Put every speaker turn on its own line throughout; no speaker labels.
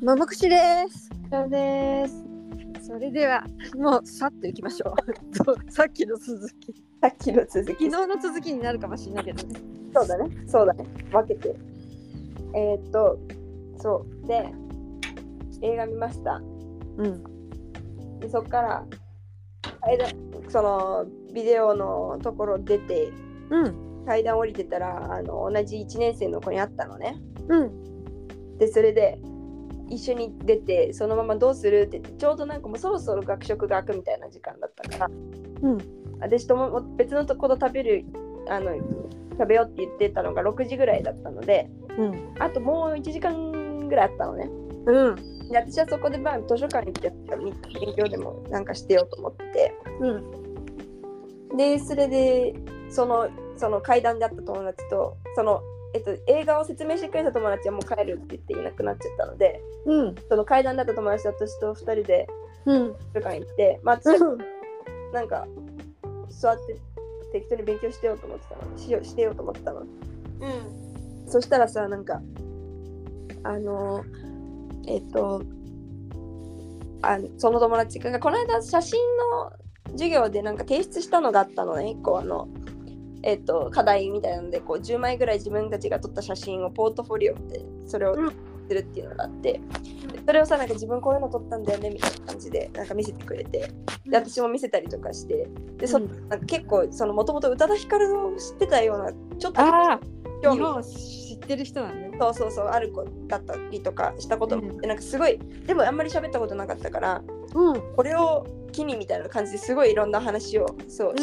ももくしです。
そうです。
それではもうさっと行きましょ うと。さっきの続き、
さっきの続
昨日
き。
の続きになるかもしれないけどね。
そうだね。そうだね。分けて。えー、っと、そう。で、映画見ました。
うん。
で、そっから、あれだその、ビデオのところ出て、
うん。
階段降りてたら、あの同じ1年生の子に会ったのね。
うん。
で、それで、一緒に出て、そのままどうするって言って、ちょうどなんかもうそろそろ学食が開くみたいな時間だったから、
うん。
私とも別のとこと食べるあの食べようって言ってたのが6時ぐらいだったので
うん。
あともう1時間ぐらいあったのね
うん。
で私はそこでまあ図書館に行って勉強でもなんかしてようと思って
うん。
てでそれでそのその階段で会った友達とその、えっと、映画を説明してくれた友達はもう帰るって言っていなくなっちゃったので
うん。
その階段だった友達と私と2人で
うん。
図書館行ってまあ私はなんか座って適当に勉強してようと思ってたのしようしてようと思ってたの
うん。
そしたらさなんかあのえっとあその友達がこの間写真の授業でなんか提出したのがあったのね一個あのえっと課題みたいなのでこう10枚ぐらい自分たちが撮った写真をポートフォリオってそれを
うん
するっていうのがあってでそれをさなんか自分こういうの撮ったんだよねみたいな感じでなんか見せてくれてで私も見せたりとかしてでそ、
うん
なんか結構そのもともと宇多田ヒカルを知ってたようなちょっと
ああ、
興
日
味
本を知ってる人なんだね。
そうそうそうある子だったりとかしたこともあって、なんかすごいでもあんまり喋ったことなかったから
うん。
これを機にみたいな感じですごいいろんな話をそう、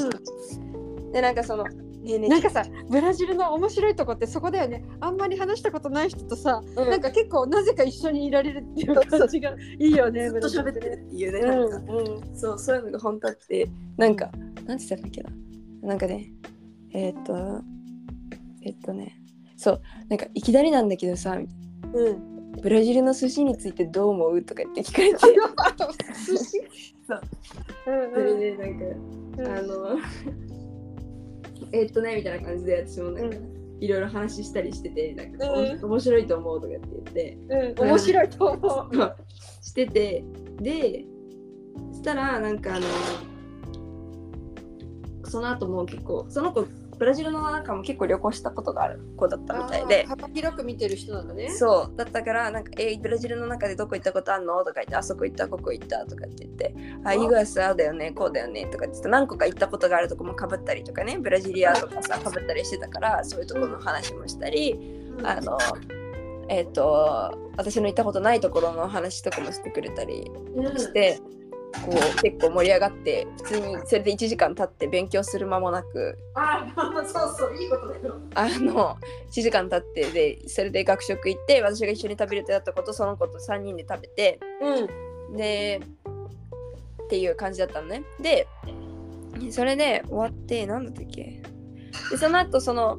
でなんかそのねえねえ
なんかさブラジルの面白いとこってそこだよねあんまり話したことない人とさ、
うん
なんか結構なぜか一緒にいられるっていう感じがいいよね
ずっ
ブ
と喋
ラ
っ
ジ
て
ル
るっていうね、
うん
なんか、そうそういうのが本当あってなんかなんて言ったっけななんかねえーっとえっとねそうなんかいきなりなんだけどさ
うん
ブラジルの寿司についてどう思うとか言って聞かれて
あのあと寿司
そう
うん
それでなんか
うん
あの えっとねみたいな感じで私もなんかいろいろ話したりしててなんか、
うん
面白いと思うとかって
うん面白いと思う
言ってしててでしたらなんかあのその後もう結構その子ブラジルの中も結構旅行したことがある子だったみたいで
幅広く見てる人なんだね
そうだったからなんか、えーブラジルの中でどこ行ったことあんのとか言ってあそこ行ったここ行ったとかって言ってあ
あ
イグアスああだよねこうだよねとかって言って何個か行ったことがあるとこもかぶったりとかねブラジリアとかさかぶったりしてたからそういうとこの話もしたり
うん
あのえっ、と私の行ったことないところの話とかもしてくれたりして。こう結構盛り上がって普通にそれで1時間経って勉強する間もなく
ああそうそういいことだよ
あの1時間経ってでそれで学食行って私が一緒に食べるとやったことその子と3人で食べて
うん
でっていう感じだったのねでそれで終わって何だったっけでその後その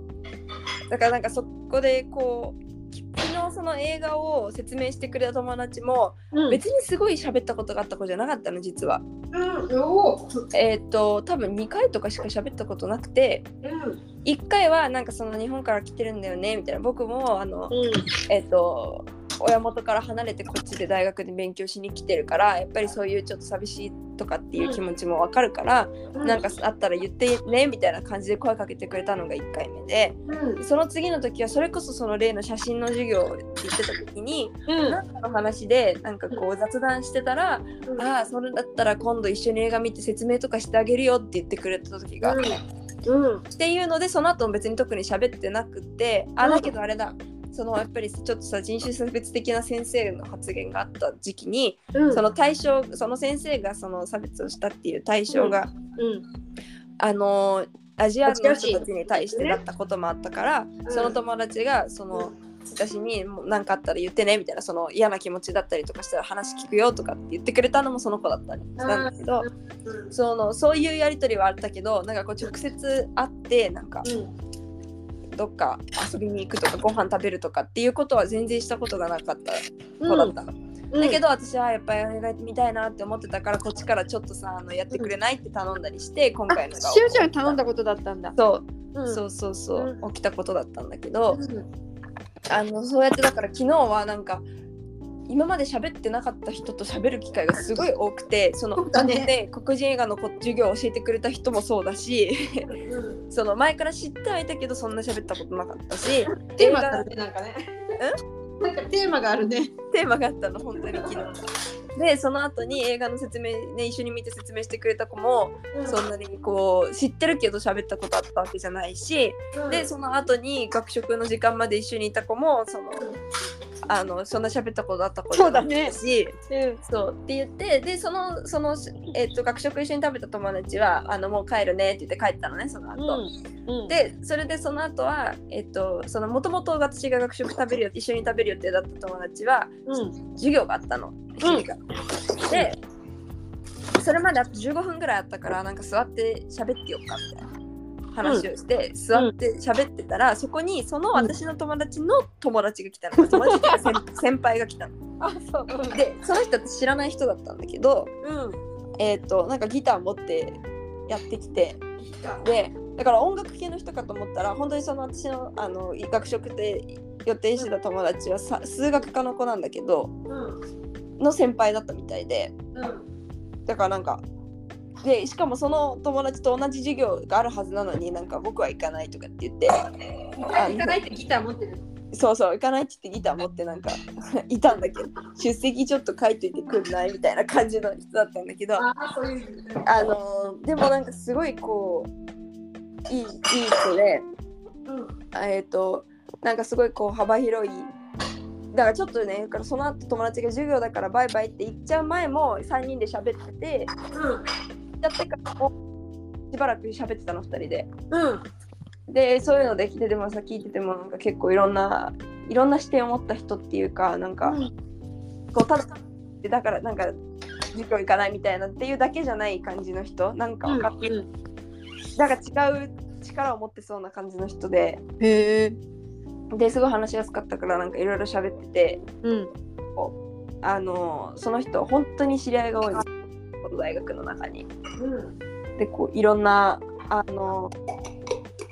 だからなんかそこでこうき昨日その映画を説明してくれた友達も
うん
別にすごい喋ったことがあった子じゃなかったの実は
うんおお
えーっ、と多分2回とかしか喋ったことなくて
うん
1回はなんかその日本から来てるんだよねみたいな僕もあ
う
の
ん
えっと親元から離れてこっちで大学で勉強しに来てるからやっぱりそういうちょっと寂しいとかっていう気持ちもわかるから、なんかあったら言ってねみたいな感じで声かけてくれたのが1回目で
うん
その次の時はそれこそその例の写真の授業って言ってた時に
うん
何かの話でなんかこう雑談してたら「ああそれだったら今度一緒に映画見て説明とかしてあげるよ」って言ってくれた時が、
うんうん
っていうのでその後も別に特に喋ってなくてあ
うん
だけどあれだそのやっぱりちょっとさ人種差別的な先生の発言があった時期に
うん
その対象その先生がその差別をしたっていう対象が、
うん
あのーアジアの人
ア
た
ジア人
ちに対してだったこともあったから、
ん
その友達がその、私にもう何かあったら言ってねみたいなその嫌な気持ちだったりとかしたら話聞くよとかって言ってくれたのもその子だったりしたんだけど、
うん
そのそういうやり取りはあったけどなんかこう直接会ってなんかどっか遊びに 行くとかご飯食べるとかっていうことは全然したことがなかった子だったの、
うん
だけど私はやっぱり映画見たいなって思ってたからこっちからちょっとさあのやってくれないって頼んだりして今回の
あ
が
しおちゃんに頼んだことだったんだ。
そう,、
うん
そうそうそう
う
起きたことだったんだけど、
うん
あのそうやってだから昨日はなんか今まで喋ってなかった人と喋る機会がすごい多くてその
そうだね
で黒人映画のこ授業を教えてくれた人もそうだし その前から知ってはいたけどそんな喋ったことなかったし
テーマがあるねなんかねなんかテーマがあるね
テーマがあったの本当に昨日。でその後に映画の説明ね一緒に見て説明してくれた子もそんなにこう知ってるけど喋ったことあったわけじゃないしでその後に学食の時間まで一緒にいた子もそのあのそんな喋ったことあった子じゃなかったしそうって言ってでそのその、えっと学食一緒に食べた友達はあのもう帰るねって言って帰ったのねその後、
うん
でそれでその後はえっとそのもともと私が学食食べるよ一緒に食べる予定だった友達は
うん
授業があったの日が、でそれまであと15分ぐらいあったからなんか座って喋ってよっかみたいな話をして、座って喋ってたら、そこにその私の友達の友達が来たの友達っていうか先先輩が来たの
あそう
でその人って知らない人だったんだけど
うん
えっ、となんかギター持ってやってきてでだから音楽系の人かと思ったら本当にその私のあの学食で予定してた友達はさ数学科の子なんだけど
うん
の先輩だったみたいで
うん
だからなんかでしかもその友達と同じ授業があるはずなのになんか僕は行かないとかって言って
行かないってギター持ってる
そうそう行かないって言ってギター持ってなんか いたんだけど出席ちょっと書いといてくんないみたいな感じの人だったんだけど
ああそういう
あのーでもなんかすごいこういいいい子で
うん
あえっ、となんかすごいこう幅広いだからちょっとねだからその後友達が授業だからバイバイって言っちゃう前も3人で喋っててやってからもしばらく喋ってたの2人で
うんうん
でそういうのできてでもさ聞いててもなんか結構いろんないろんな視点を持った人っていうかなんか、
うん
こうただでだからなんか授業行かないみたいなっていうだけじゃない感じの人なんかわかっ
うん
なんか違う力を持ってそうな感じの人で
へえ
ですごい話しやすかったからなんかいろいろ喋ってて
うん
あのその人本当に知り合いが多いの大学の中に。
うん
でこういろんなあの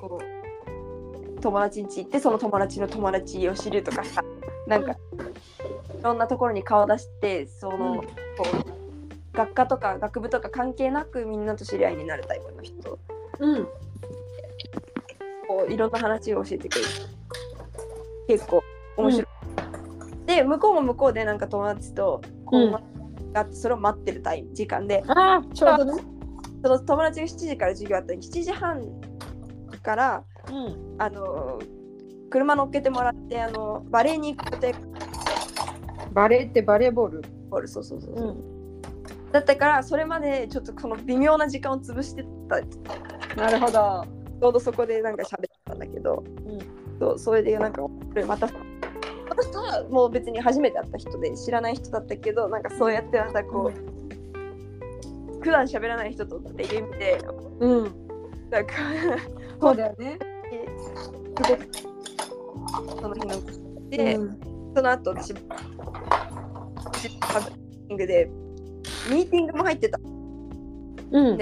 こう友達ん家行ってその友達の友達を知るとかさなんかいろんなところに顔出してその、
うん
こう学科とか学部とか関係なくみんなと知り合いになるタイプの人
うん
こういろんな話を教えてくれる結構面白い、で向こうも向こうでなんか友達とこ
うん
う、があってそれを待ってるタイ時間で
ああちょうどね
その友達が7時から授業あったのに7時半から
うん
あの車乗っけてもらってあのバレーに行く予定
バレーってバレーボール
ボールそうそうそう、
うん
だったからそれまでちょっとこの微妙な時間を潰してたち
なるほど
ょうどそこでなんか喋ってたんだけど、そうそれでなんか面白いまた私とはもう別に初めて会った人で知らない人だったけどなんかそうやってまたこう、普段喋らない人とっていう意味で
うん
なんか
そうだよね
すごくその日ので、
うん
その後私、ミーティングで、ミーティングも入ってた。
うん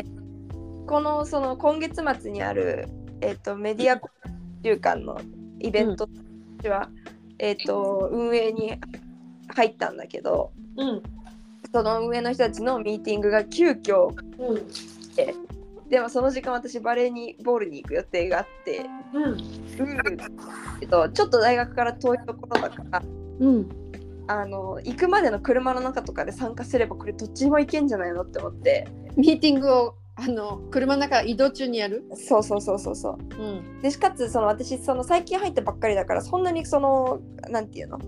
この、その、今月末にある、えっ、と、メディア交流館のイベントでは、えっ、と、運営に入ったんだけど、
うん
その運営の人たちのミーティングが急遽
うん
でもその時間私バレーにボールに行く予定があって、
うん
えっと、ちょっと大学から遠いところだから
うん
あの行くまでの車の中とかで参加すればこれどっちも行けんじゃないのって思って
ミーティングをあの車の中移動中にやる
そうそうそうそうそう
うん
でしかつその私その最近入ったばっかりだからそんなにそのなんていうの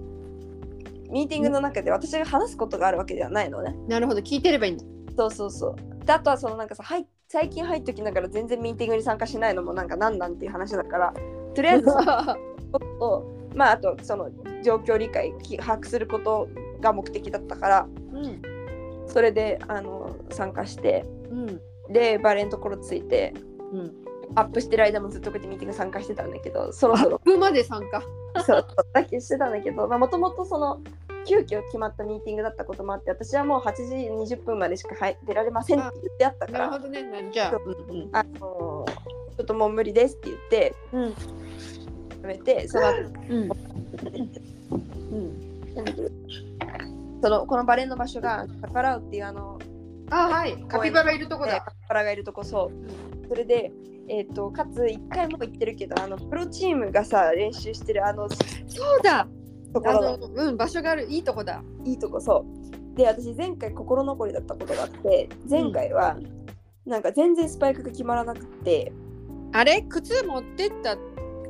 ミーティングの中で私が話すことがあるわけではないのね。
なるほど聞いてればいいんだ
そうそうそう。であとはそのなんかさ入っ最近入っときながら全然ミーティングに参加しないのもなんかなんなんっていう話だからとりあえずそのことと まああとその状況理解き把握することが目的だったから
うん
それであの参加して
うん
でバレーのところついて
うん
アップしてる間もずっとこうやってミーティング参加してたんだけどそろ
ア
そ
ッ
ろ
プまで参加
そうだけしてたんだけどもともとその急遽決まったミーティングだったこともあって私はもう8時20分までしか入出られませんって言ってあったか
なる
ら
ほどねじゃあうん
あのちょっともう無理ですって言って
うん
やめてその後
うんうん
そのこのバレンの場所がカパラウっていうあの
あはいカピバラいるとこ
ね
だ
カパラがいるとこそうそれでえっ、とかつ一回も行ってるけどあのプロチームがさ練習してるあの
そうだ
とこ
あ
ろ
の
の
うん場所があるいいとこだ
いいとこそうで私前回心残りだったことがあって前回は、なんか全然スパイクが決まらなくて
あれ靴持ってった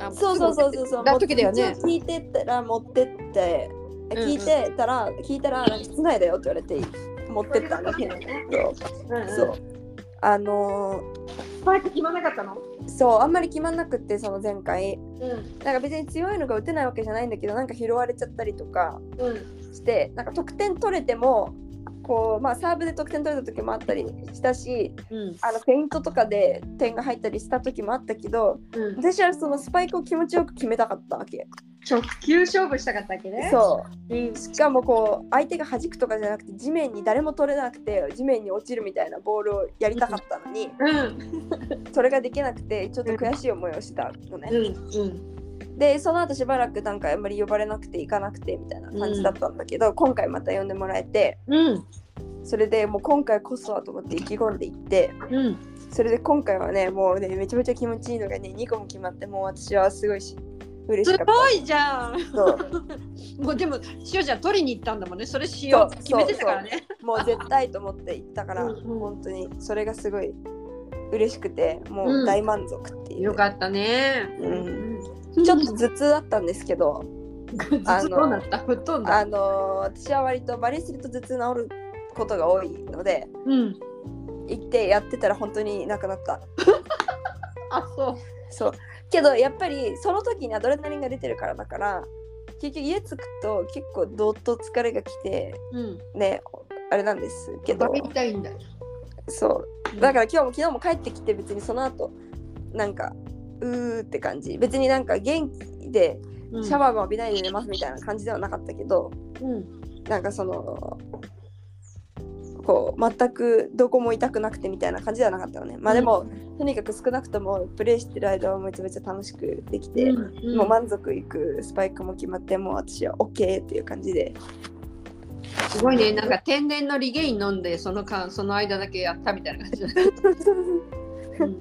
あ
そうそうそうそうそう。
だ時だよね
一応聞いてったら持ってって、
んうん
聞いてたら聞いたらなんか室内だよって言われて持ってったんだけ
う
ど、
んうん
そう。あの
スパイク決まんなかったの
ーそうあんまり決まんなくってその前回
うん
なんか別に強いのが打てないわけじゃないんだけどなんか拾われちゃったりとか
うん
してなんか得点取れてもこうまあサーブで得点取れた時もあったりしたし
うん
あのフェイントとかで点が入ったりした時もあったけど
うん
私はそのスパイクを気持ちよく決めたかったわけ
直球勝負したかったわけね
そう
う、うん、
しかもこう相手が弾くとかじゃなくて地面に誰も取れなくて地面に落ちるみたいなボールをやりたかったのに
うん
それができなくてちょっと悔しい思いをしたのね。
うん
でその後しばらくなんかあんまり呼ばれなくて行かなくてみたいな感じだったんだけど、今回また呼んでもらえて
うん
それでもう今回こそはと思って意気込んで行って
うん
それで今回はねもうねめちゃめちゃ気持ちいいのがね2個も決まってもう私はすごいし嬉
す
しかった。
ごいじゃん
そう
もうでもしおちゃん取りに行ったんだもんねそれしようって決めてたからね
もう絶対と思って行ったから、
うんうん
本当にそれがすごい嬉しくてもううん大満足っていう、
よかったね
うんちょっと頭痛だったんですけどあの
どうなった吹っ飛んだ
あのー私は割とバレすると頭痛治ることが多いので
うん
行ってやってたら本当になくなった
あそう
そうけどやっぱりその時にアドレナリンが出てるからだから結局家着くと結構どっと疲れがきて
うん
ねあれなんですけど
食べたいんだ
そう
うん
だから今日も昨日も帰ってきて別にその後なんかうーって感じ別になんか元気でシャワーも浴びないで寝ますみたいな感じではなかったけど、
うん
なんかそのこう全くどこも痛くなくてみたいな感じではなかったのねまあでも、とにかく少なくともプレイしてる間はめちゃめちゃ楽しくできて、
うん
もう満足いくスパイクも決まってもう私は OK っていう感じです
ごいねなんか天然のリゲイン飲んでその間その間だけやったみたいな感じだね うん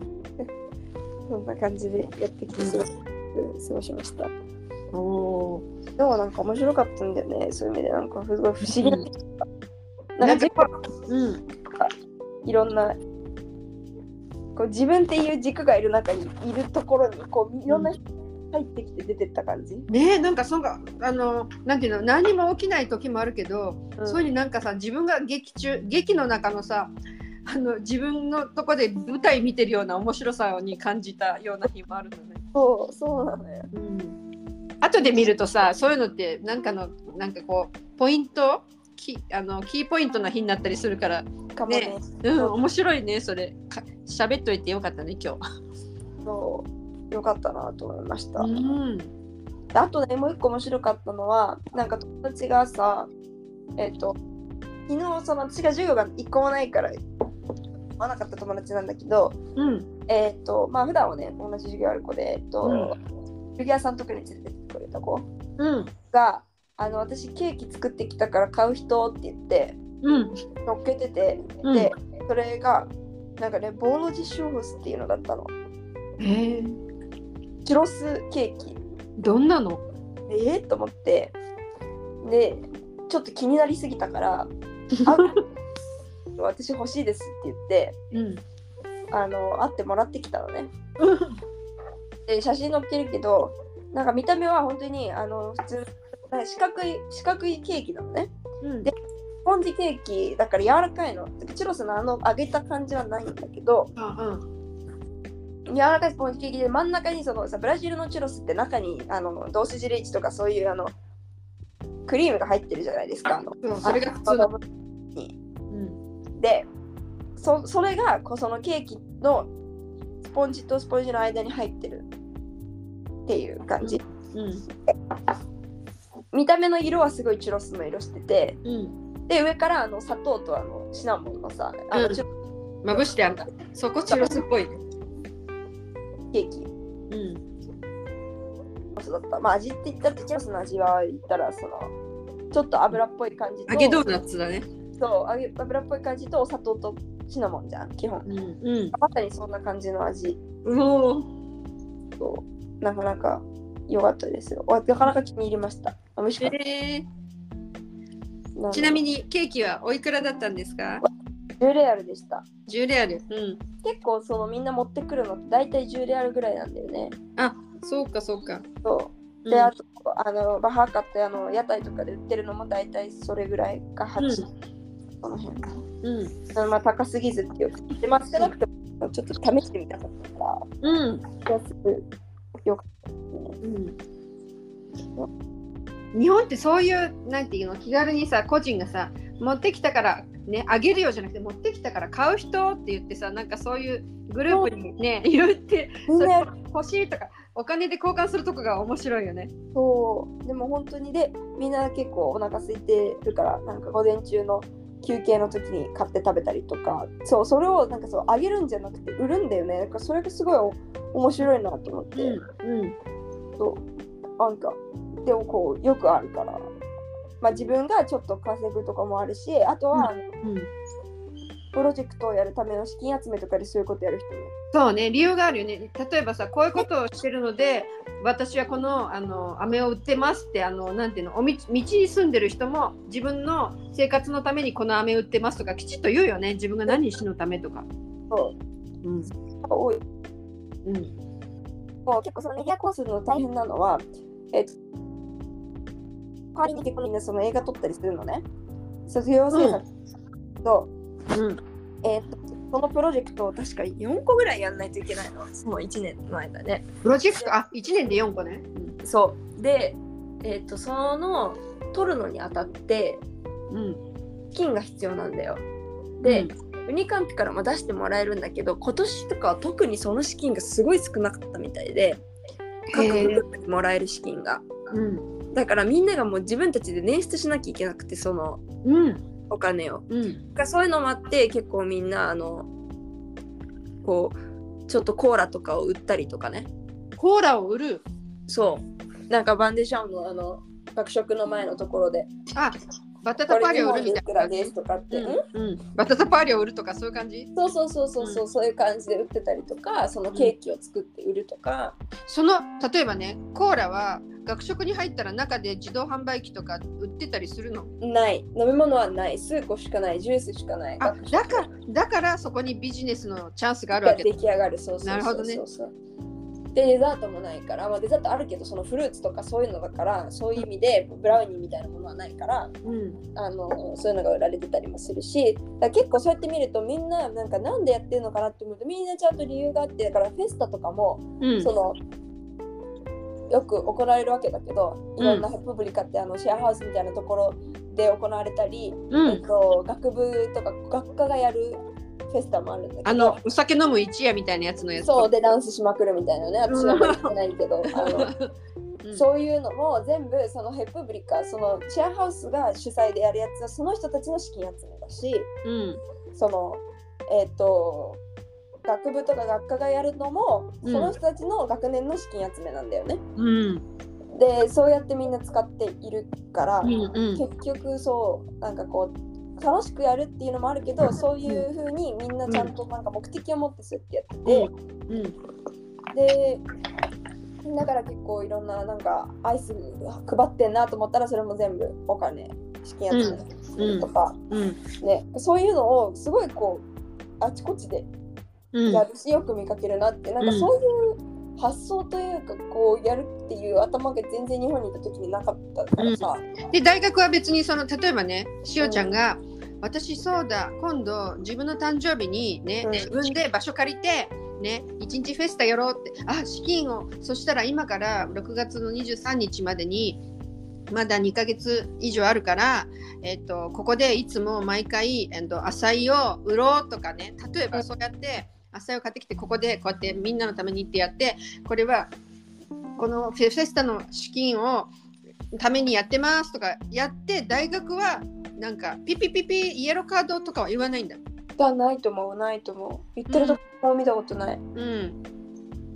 そんな感じでやってきてすごく過ごしました。
おー
でもなんか面白かったんだよね、そういう意味で。なんかすごい不思議な。
な
なんん
か
か
うん
いろんな、こう自分っていう軸がいる中にいるところに、こういろんな人入ってきて出てった感じ。
ねえなんかそんかあのなんていうの何も起きない時もあるけど
うん
そういうふうになんかさ自分が劇中劇の中のさあの自分のとこで舞台見てるような面白さに感じたような日もあるのね。
そう、そうなのよ。
うん、後で見るとさそういうのってなんかのなんかこうポイントキあのキーポイントの日になったりするから、
かもね。
うん、面白いねそれか喋っといてよかったね今日。
そう。よかったなと思いました。
うん
であとね、もう一個面白かったのは、なんか友達がさ、えっ、と、昨日その私が授業が一個もないから、会わなかった友達なんだけど、
うん
えーっと、まあ、普段はね、同じ授業ある子で、えーっと、古着屋さんとかに連れてってくれた子
うん
が、あの、私ケーキ作ってきたから買う人って言って、
うん
乗っけてて、
うん
で、それが、なんかね、ボーロジシューフスっていうのだったの。
え
チュロスケーキ。
どんなの
でえー、と思って、で、ちょっと気になりすぎ たから、あ私欲しいですって言って、
うん
あの会ってもらってきたのね。で写真載ってるけどなんか見た目は本当にあの普通なんか四角い四角いケーキなのね。
うん
でスポンジケーキだから柔らかいの。チュロスのあの揚げた感じはないんだけど
あ
柔らかいスポンジケーキで真ん中にそのさブラジルのチュロスって中にあのドースジレイチとかそういうあのクリームが入ってるじゃないですか。あの
うんそれが普通だ。うん
でそそれがこうそのケーキのスポンジとスポンジの間に入ってるっていう感じ、
うん
見た目の色はすごいチュロスの色してて
うん
で上からあの砂糖とあのシナモンのさあ
う
の
ん
チュロ
まぶしてあんだそこチュロスっぽいね。
スケーキ
うん
そうだったまあ味って言ったらチュロスの味は言ったらそのちちょっと油っぽい感じと
揚げドーナツだね。
そう揚げ油っぽい感じとお砂糖とシナモンじゃん基本
うん。うん。
まさにそんな感じの味
うおー
となかなか良かったですよわなかなか気に入りました美味しかっ
え
たの
ー、
で
ちなみにケーキはおいくらだったんですか
10レアルでした
?10 レアル。う
結構そのみんな持ってくるのって大体10レアルぐらいなんだよね
ん。そうかそうか。
そううんで、あとあのバハーカってあの屋台とかで売ってるのも大体それぐらいか8、この辺
うん。
そのまあ高すぎずっていうかでまあ少なくてもちょっと試してみたかったから
うん。
安くよかったですね
うん日本ってそういうなんていうの気軽にさ個人がさ持ってきたからねあげるよじゃなくて持ってきたから買う人って言ってさなんかそういうグループにね言って
みん
それ
な
欲しいとかお金で交換するとこが面白いよね。
そうでも本当にでみんな結構お腹空いてるからなんか午前中の休憩の時に買って食べたりとかそうそれをなんかそうあげるんじゃなくて売るんだよねなんかそれがすごいお面白いなと思って、そうなんかでもこうよくあるから、まあ、自分がちょっと稼ぐとかもあるしあとは、
うんうん
プロジェクトをやるための資金集めとかでそういうことやる人も
そうね理由があるよね例えばさこういうことをしてるので私はこのあの飴を売ってますってあのなんていうのおみ道に住んでる人も自分の生活のためにこの飴売ってますとかきちっと言うよね自分が何しのためとか。
そ
うん
う多い
うん
もう結構そのメディアコースの大変なのは、えっと、代わりに結構みんなその映画撮ったりするのね。卒業制作と、
うん
えっと、そのプロジェクトを確か4個ぐらいやんないといけないの、その1年の間ね。
プロジェクトあ1年で4個ね。
そう。で、えっと、その、撮るのにあたって、
うん
資金が必要なんだよ。
う
で、
ん
ユニカンピからも出してもらえるんだけど今年とかは特にその資金がすごい少なかったみたいで各
へ
グ
え
ループにもらえる資金が
うん
だからみんながもう自分たちで捻出しなきゃいけなくてその
うん
お金を
うん
だからそういうのもあって結構みんなあのこうちょっとコーラとかを売ったりとかね
コーラを売る
そうなんかバンデシャンのあの学食の前のところで
あバタ
「こ
タパー
れ
リ
日
ャを売る
本
み
で
た
い
い
く
な
らです」とかって、ん
うんうん、バタタパーリャを売るとかそういう感じ
そうそうそうそうそう、そういう感じで売ってたりとかそのケーキを作って売るとか、
その例えばねコーラは学食に入ったら中で自動販売機とか売ってたりするの
ない飲み物はない数個しかないジュースしかない
あ
が
だからだからそこにビジネスのチャンスがあるわ
が
け
出来上がるそうそ
な
う
るほ
そ
ど
う
ね
そうそう、でデザートもないから、まあ、デザートあるけどそのフルーツとかそういうのだからそういう意味でブラウニーみたいなものはないから
うん
あのそういうのが売られてたりもするしだから結構そうやって見るとみんななんかなんでやってるのかなって思うとみんなちゃんと理由があってだからフェスタとかも
うん
そのよく行われるわけだけどいろんなパブリカってあのシェアハウスみたいなところで行われたり、
う
えっ
ん
と、学部とか学科がやるフェスタもあるんだけど
あのお酒飲む一夜みたいなやつのやつ
そうでダンスしまくるみたいなね私は
うん
行ってない けどあの、
うん
そういうのも全部そのヘプブリカそのシェアハウスが主催でやるやつはその人たちの資金集めだし
うん
そのえっ、と学部とか学科がやるのもその人たちの学年の資金集めなんだよね。
うん
でそうやってみんな使っているから、
うんうん
結局そうなんかこう楽しくやるっていうのもあるけどそういう風にみんなちゃんとなんか目的を持ってそうやってやって
うん
て、でだから結構いろんななんかアイス配ってんなと思ったらそれも全部お金資金集めるとか、
うん
ねそういうのをすごいこうあちこちで
うん
やるしよく見かけるなってなんか
うん
そういう発想というかこうやるっていう頭が全然日本にいた時になかったからさ、
で大学は別にその例えばねしおちゃんが、私そうだ今度自分の誕生日にね、
うん
自分で場所借りてね一日フェスタやろうってあ資金をそしたら今から6月の23日までにまだ2ヶ月以上あるから、えっとここでいつも毎回、えっと、浅井を売ろうとかね例えばそうやって浅井を買ってきてここでこうやってみんなのためにってやってこれはこのフェフェスタの資金をためにやってますとかやって大学はなんかピピピピイエローカードとかは言わないんだ。
だないと思うないと思う言ってるとこ見たことない、
うん、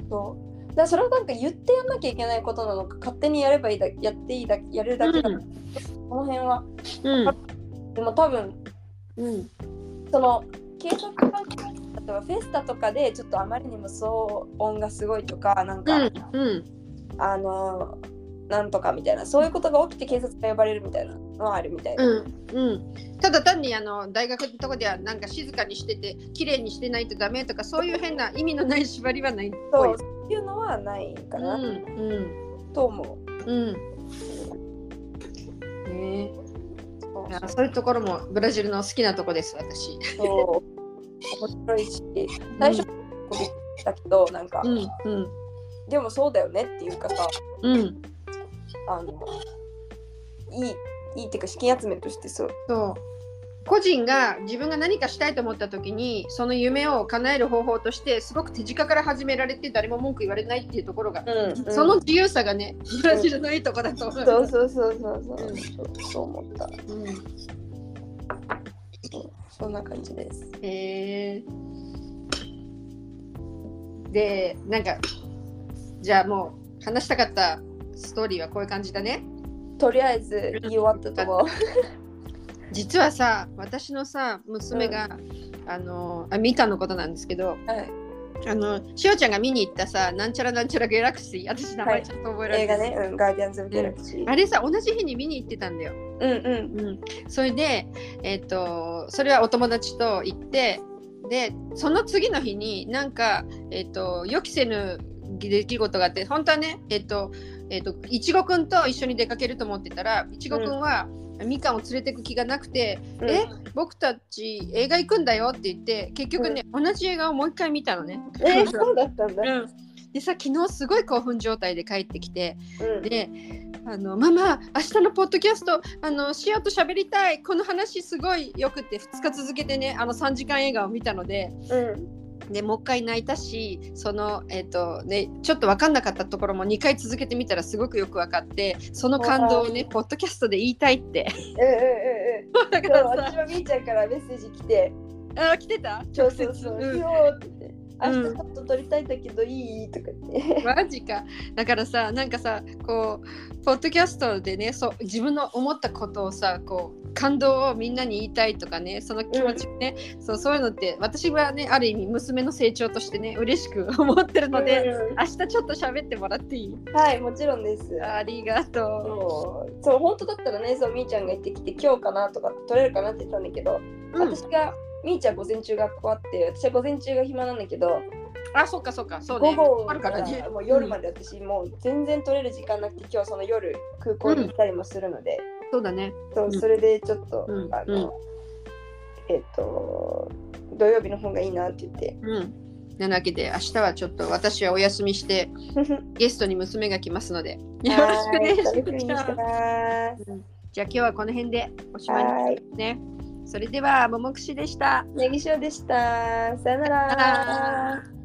そうだからそれをなんか言ってやんなきゃいけないことなのか勝手にやればいいだやっていいだやるだけだ、
う
この辺は
うん
でも多分
うん
その警察官例えばフェスタとかでちょっとあまりにも騒音がすごいとかなんか、
うん
あのなんとかみたいなそういうことが起きて警察が呼ばれるみたいなのはあるみたいな、
うんうんただ単にあの大学のとこではなんか静かにしてて綺麗にしてないとダメとかそういう変な意味のない縛りはないっぽい
そうそういうのはないか
う
な、
ん
と思う。
うんうんねえいやそういうところもブラジルの好きなとこです私
そう面白いし最初だけどなんか、
うんうん
でもそうだよねっていうかさ
うん
あのいいいいっていうか資金集めとしてそう
そう個人が自分が何かしたいと思った時にその夢を叶える方法としてすごく手近から始められて誰も文句言われないっていうところが、
うん
その自由さがねブラジルのいいとこだと思う。
そうそうそうそうそう、
うん
そう思った
うん
そうそんな感じです
へえでなんかじゃあもう話したかったストーリーはこういう感じだね
とりあえず言い終わったとこ
実はさ私のさ娘が、あのあみかんのことなんですけど
はい
あのしおちゃんが見に行ったさなんちゃらなんちゃらギャラクシー私名前ちゃんと覚えられ
映
て
画
る、
ね、うん、ガーディアンズ・オブ・ギャラクシー
あれさ同じ日に見に行ってたんだよ、
うんうん
うん、それでえっ、とそれはお友達と行ってでその次の日になんかえっ、と予期せぬ出来事があって本当はねえっ、とえっ、といちごくんと一緒に出かけると思ってたらいちごくんは、みかんを連れてく気がなくて、
うん
え僕たち映画行くんだよって言って結局ね、同じ映画をもう一回見たのね。
えー、そうだったんだ、
でさ昨日すごい興奮状態で帰ってきて
うん
であの「ママ明日のポッドキャストあのシアと喋りたいこの話すごいよくて2日続けてねあの3時間映画を見たので
うん
でもう一回泣いたしその、えっとね、ちょっと分かんなかったところも2回続けてみたらすごくよく分かってその感動をねポッドキャストで言いたいって
うんうんうんうん
だか
そう
らさ
私もみーちゃんからメッセージ来て
あ来てた
「そうそうそう
うん
よー」って言って「明
う
日
ん
ちょっと撮りたいんだけどいい?」とか言って
マジかだからさなんかさこうポッドキャストでねそう自分の思ったことをさこう感動をみんなに言いたいとかねその気持ちをね、そうそういうのって私はねある意味娘の成長としてね嬉しく思ってるので、
う
明
ん
日ちょっと喋ってもらっていい
はいもちろんです
ありがと
そうそう本当だったらねそうみーちゃんが行ってきて今日かなとか撮れるかなって言ったんだけど、
う、
私がみーちゃん午前中学校あって私は午前中が暇なんだけど、
あそっかそっかそう
午
ね
後
あるからね
もう夜まで私、もう全然撮れる時間なくて今日その夜空港に行ったりもするので、
そうだね
そう
うん
それでちょっと、
うん
あ
うん
の、えっと土曜日の方がいいなって言って
うんなわけで明日はちょっと私はお休みしてゲストに娘が来ますのでよろしくね
はい楽しみにしてます
じゃあ今日はこの辺でおしまいに
はい
ね。それでは、ももくしでした。
ネギ塩でしたさよなら
さよなら